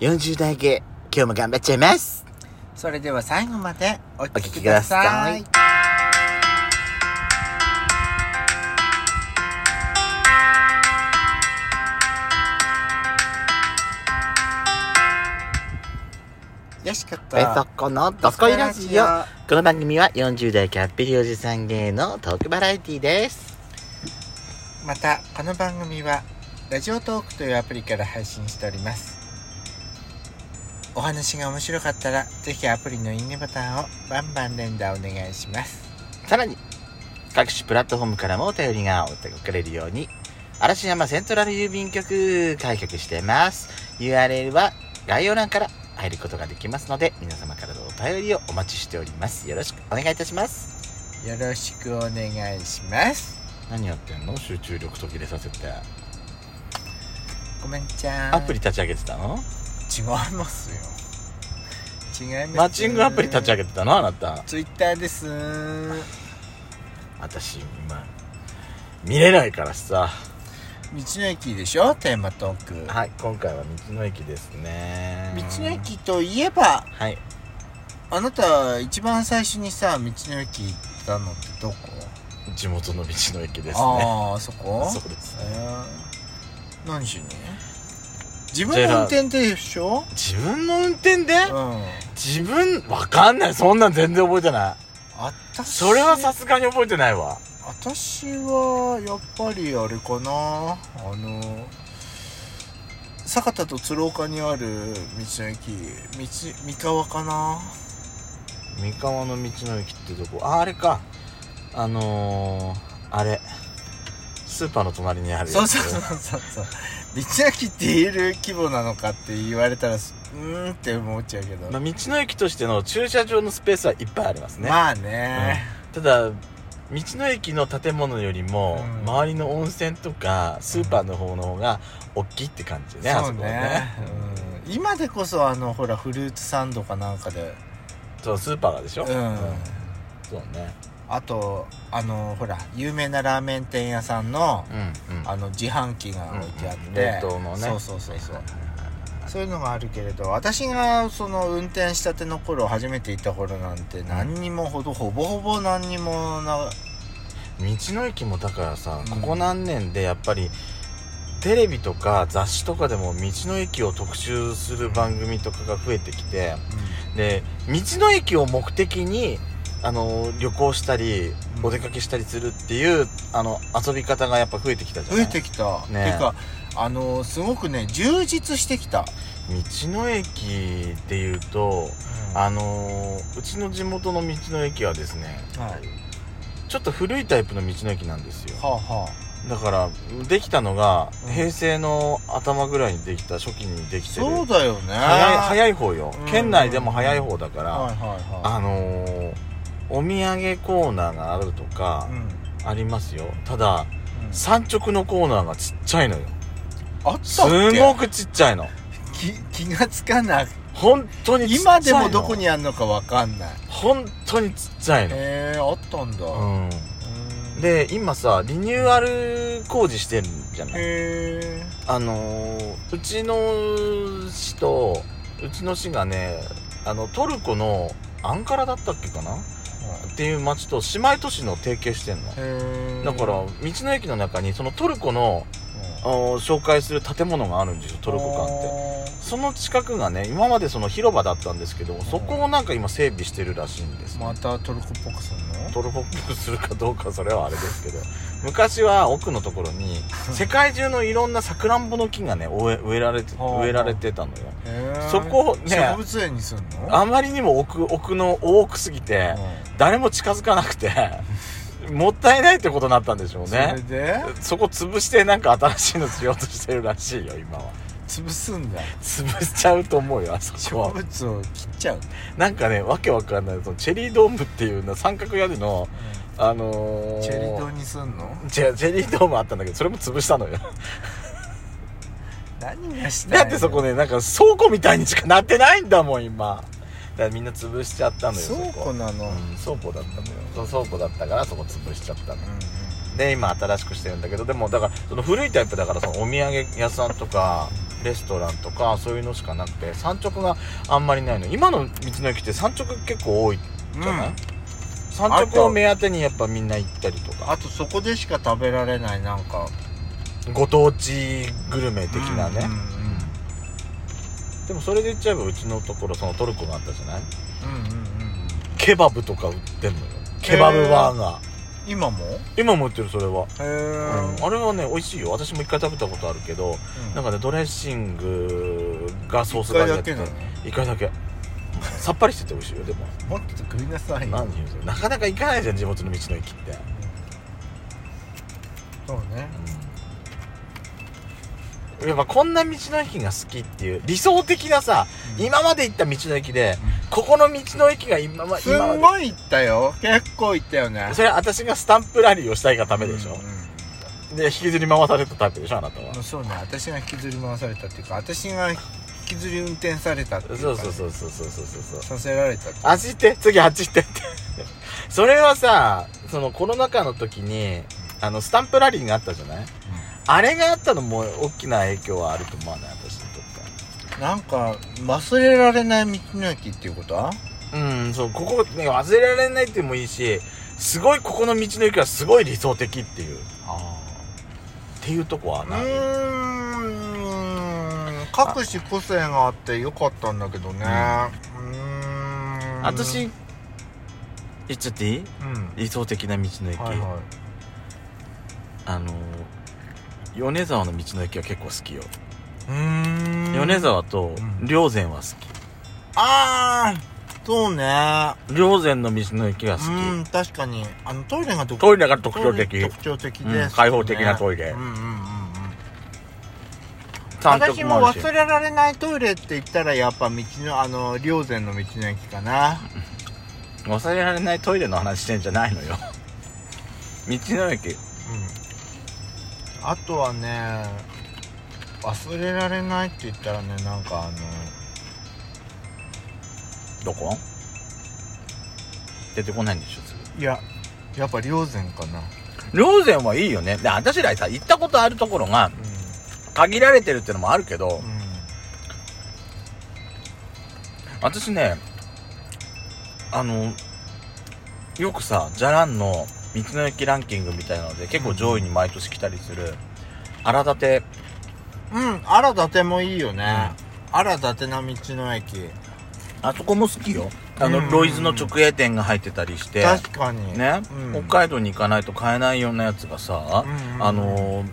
40代系、今日も頑張っちゃいます。それでは最後までおお聞聞ききくくだだささいい。よしかっペたソコのドスコイラジオ。この番組は40代キャッピリおじさん芸のトークバラエティです。またこの番組はラジオトークというアプリから配信しておりますお話が面白かったらぜひアプリのいいねボタンをバンバン連打お願いしますさらに、各種プラットフォームからもお便りが送れるように、嵐山セントラル郵便局開局してます。URL は概要欄から入ることができますので、皆様からのお便りをお待ちしております。よろしくお願いいたします。よろしくお願いします何やってんの集中力途切れさせて。ごめんちゃんアプリ立ち上げてたの違いますよ違いますマッチングアプリ立ち上げてたのあなた。ツイッターです私、今、見れないからさ。道の駅でしょテーマトーク道はい、今回は道の駅ですね。の駅といえばはい。あなた一番最初にさ道の駅行ったのってどこ地元の道の駅ですね。ああそこそうですね。えー何しに自分の運転でしょ自分の運転でうん自分、わかんない。そんなん全然覚えてない。あたしそれはさすがに覚えてないわ。私はやっぱりあれかなあの酒田と鶴岡にある道の駅道三河かな三河の道の駅ってどこあ、あれか。あのー、あれ。スーパーの隣にあるやつそうそうそうそうそう道の駅って言える規模なのかって言われたらすうーんって思っちゃうけど、まあ、道の駅としての駐車場のスペースはいっぱいありますね。まあね、ただ道の駅の建物よりも、うん周りの温泉とかスーパーの方の方が大きいって感じね、あそそうこねはね、うん、今でこそあのほらフルーツサンドかなんかでそうスーパーがでしょ、うんそうねあとあのほら有名なラーメン店屋さんの、うんうんあの自販機が置いてあって、うんうん冷凍のねそうそうそうそうそういうのがあるけれど私がその運転したての頃初めて行った頃なんて何にもほどほぼほぼ何にもな道の駅もだからさうんここ何年でやっぱり、テレビとか雑誌とかでも道の駅を特集する番組とかが増えてきてで道の駅を目的にあの旅行したりうんお出かけしたりするっていうあの遊び方がやっぱ増えてきたじゃ増なえいてきた、ねえてかあのすごくね充実してきた、道の駅っていうとあのーうちの地元の道の駅はですねはいちょっと古いタイプの道の駅なんですよはあはあだからできたのがうん平成の頭ぐらいにできた初期にできてるそうだよね早いい早い方ようん県内でも早い方だかはらいはいはあのーお土産コーナーがあるとかいうん、うんありますよただ産直のコーナーがちっちゃいのよあったっけすごくちっちゃいのき気がつかない本当にちっちゃいの今でもどこにあるのかわかんない本当にちっちゃいのへえあったんだ、ううんんで今さリニューアル工事してるじゃないへえあのーうちの市とうちの市がねあのトルコのアンカラだったっけかなっていう町と姉妹都市の提携してんのへえだから道の駅の中にそのトルコのあの紹介する建物があるんですよトルコ館って館っその近くがね今までその広場だったんですけどそこをなんか今整備してるらしいんですねまたトルコっぽくすんのトルコっぽくするかどうかそれはあれですけど昔は奥のところに世界中のいろんなさくらんぼの木がね植え植えられてはあ植えられてたのよへえそこをね植物園にすんのあまりにも奥奥の多くすぎてう誰も近づかなくてもったいないってことになったんでしょうんそれねでそこ潰してなんか新しいのしようとしてるらしいよ今は潰すんだ潰しちゃうと思うよあそ植こは物を切っちゃうなんかねわけわかんないそのチェリードームっていうな三角屋根のあのー、チェリ島にすんの違うチェリードームあったんだけどそれも潰したのよ何がしたいだのってそこねなんか倉庫みたいにしかなってないんだもん今だからみんな潰しちゃったのよ倉庫なのそこうん倉庫だったのよそう倉庫だったからそこ潰しちゃったのうんで今新しくしてるんだけどでもだからその古いタイプだからそのお土産屋さんとかレストランとかそういうのしかなくて産直があんまりないの今の道の駅って産直結構多いじゃない、うん産直を目当てにやっぱみんな行ったりとかあとそこでしか食べられないなんかご当地グルメ的なね、うんうんでもそれで言っちゃえばうちのところそのトルコがあったじゃないうんうんうんうんケバブとか売ってんのよケバブバーガー今もへ今も売ってるそれは、え、うんあれはね美味しいよ私も一回食べたことあるけどうんなんかねドレッシングがソース一が回入っだてけてなの一回だけさっぱりしてて美味しいよでももっと食いなさいよ何言うのなかなか行かないじゃん地元の道の駅って、そうねやっぱこんな道の駅が好きっていう理想的なさ今まで行った道の駅でここの道の駅が今ます今まんでごい行ったよ結構行ったよねそれは私がスタンプラリーをしたいがためでしょうん、うで引きずり回されたタイプでしょあなたはん、そうね私が引きずり回されたっていうか私が引きずり運転されたっていうか、そうそうそうそうそうそうそうさせられたってあっち行って次あっち行ってって それはさそのコロナ禍の時にあのスタンプラリーがあったじゃないあれがあったのも大きな影響はあると思わない私にとってなんか忘れられない道の駅っていうことはうん、そう、ここ、ね、忘れられないっていうのもいいし、すごい、ここの道の駅はすごい理想的っていう、っあていうとこはうない。ーん各種個性があってよかったんだけどねうーん私、言っちゃっていいうん理想的な道の駅。はいはあの、米沢の道の駅は結構好きよ。いうーん米沢とうん霊山は好ああそうねき。霊山の道の駅が好き。うん確かにあのトイレがどトイレが特徴的トイレ特徴的です、うん開放的なトイレうんうんうんうん山直私もあるし忘れられないトイレって言ったらやっぱ道のあの霊山の道の駅かな忘れられないトイレの話してんじゃないのよ。 道の駅。うんあとはね忘れられないって言ったらねなんかあのどこ出てこないんでしょ、すぐ。いややっぱ霊山かな、霊山はいいよねで私らさ行ったことあるところが限られてるってのもあるけど、うんうん、私ねあのよくさじゃらんの道の駅ランキングみたいなので結構上位に毎年来たりする荒立てうん、あらだてもいいよね。あらだてな道の駅。あそこも好きよあの、うんロイズの直営店が入ってたりして確かに。ね、うん北海道に行かないと買えないようなやつがさ、うんあの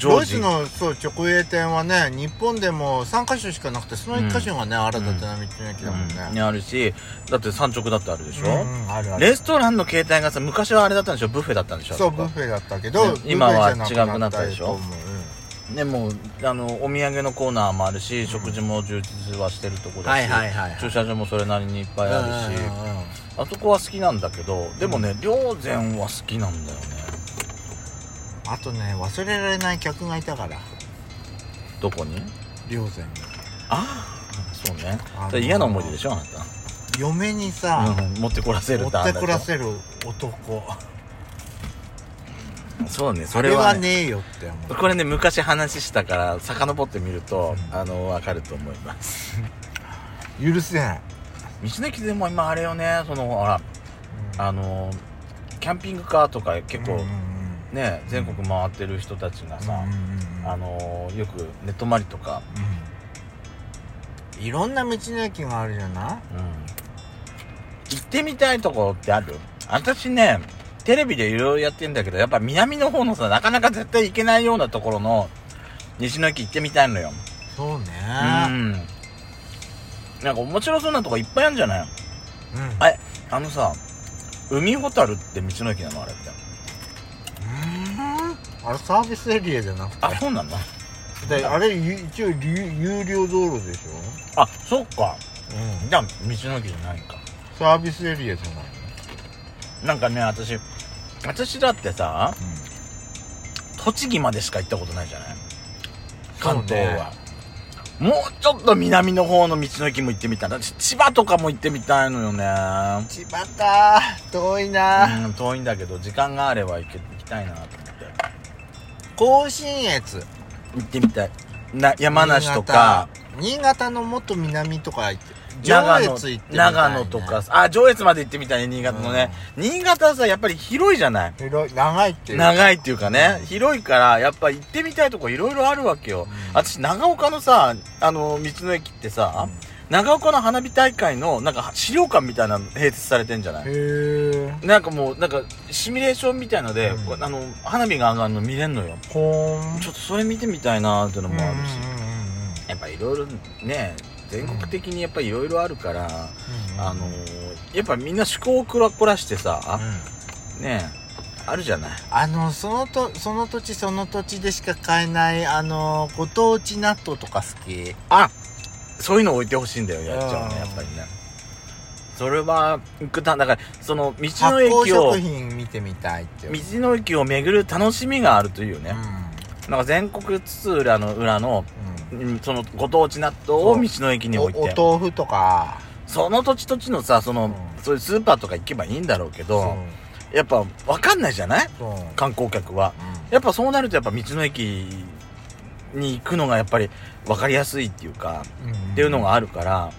ドイツのそう直営店はね、日本でも3カ所しかなくて、その1カ所がね、あらだてな道の駅だもんね。にあるしだって山直だってあるでしょ、うんうんあるある。レストランの携帯がさ昔はあれだったんでしょブッフェだったんでしょそう、あブッこフェだったけどね、今はブッフェじゃ違くなったでしょりと思うでもあのお土産のコーナーもあるし、食事も充実はしてるとこうだんし、はいはいはいはい。駐車場もそれなりにいっぱいあるし、うんうんうんあそこは好きなんだけどでもね霊山は好きなんだよねあとね、忘れられない客がいたから、どこに霊山ああそうねあのーそれ嫌な思い出でしょあなた嫁にさ、うん、持ってこらせる持ってあっんてだこらせる男。そうねそあれれははねねえよって思う。これね昔話したから遡ってみると、あの分かると思います許せない。道の駅でも今あれよねそのほらあのキャンピングカーとか結構うんうんね、全国回ってる人たちがさうん、うんうんあのよく寝泊まりとか、うんいろんな道の駅があるじゃない行ってみたいとこってある私ねテレビでいろいろやってんだけどやっぱ南の方のさなかなか絶対行けないようなところの西の駅行ってみたいのよそうねうんなんか面白そうなとこいっぱいあるんじゃないうん、あれあのさ海ホタルって道の駅なのあれってあれサービスエリアじゃなくてあそうなのであれゆ一応有有料道路でしょ、あそっかうん、じゃあ道の駅じゃないかサービスエリアじゃないなんかね私私だってさ栃木までしか行ったことないじゃない関東は、もうちょっと南の方の道の駅も行ってみたい私千葉とかも行ってみたいのよね千葉か遠いな、うん遠いんだけど時間があれば行け行きたいなと思って甲信越行ってみたいな山梨とか新潟のもっと南とか行って長上野越行ってみたいね長野とかあ上越まで行ってみたいね新潟のね、新潟はさやっぱり広いじゃない広い長いっていうい、長いっていうかね、うん広いからやっぱ行ってみたいとこいろいろあるわけよ、うん私長岡のさあの道の駅ってさ、長岡の花火大会のなんか資料館みたいなの併設されてんじゃないへえなんかもうなんかシミュレーションみたいので、うんこうあの花火があの見れんのよほーんちょっとそれ見てみたいなーっていうのもあるし、うんうんうんうんやっぱいろいろね全国的にやっぱいろいろあるから、うんうんあのーやっぱみんな趣向をこらこらしてうさ、んねあるじゃないあのそのとその土地その土地でしか買えないあのご当地納豆とか好きあそういうの置いてほしいんだよやっちゃううねんやっぱりねそれは行くただからその道発の酵駅を食品見てみたいって道の駅を巡る楽しみがあるというねう、んなんか全国津々浦の裏のうんそのご当地納豆を道の駅うんに置いておお豆腐とかその土地土地のさその、うんそういうスーパーとか行けばいいんだろうけどやっぱ分かんないじゃないそうそう観光客はうんやっぱそうなるとやっぱ道の駅に行くのがやっぱり分かりやすいっていうかんっていうのがあるから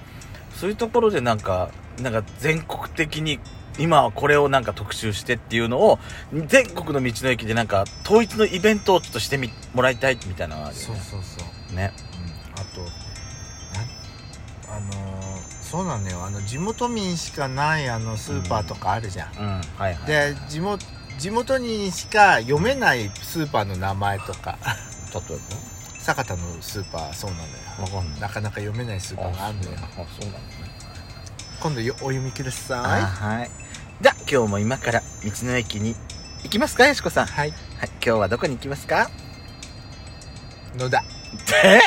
そういうところでなんかなんか全国的に今はこれをなんか特集してっていうのを全国の道の駅でなんか統一のイベントをちょっとしてみもらいたいみたいなのがあるよそうそうそうねねうんあとなあのーそうなのよあの地元民しかないあのスーパーとかあるじゃん、うんはいはいで地元地元にしか読めないスーパーの名前とか例え酒田のスーパーそうなのよばわかんないなかなか読めないスーパーがあるのよあそうなのね今度よお読みくだあさはいじゃあ今日も今から道の駅に行きますかよしこさん、いはい、はい今日はどこに行きますか野田え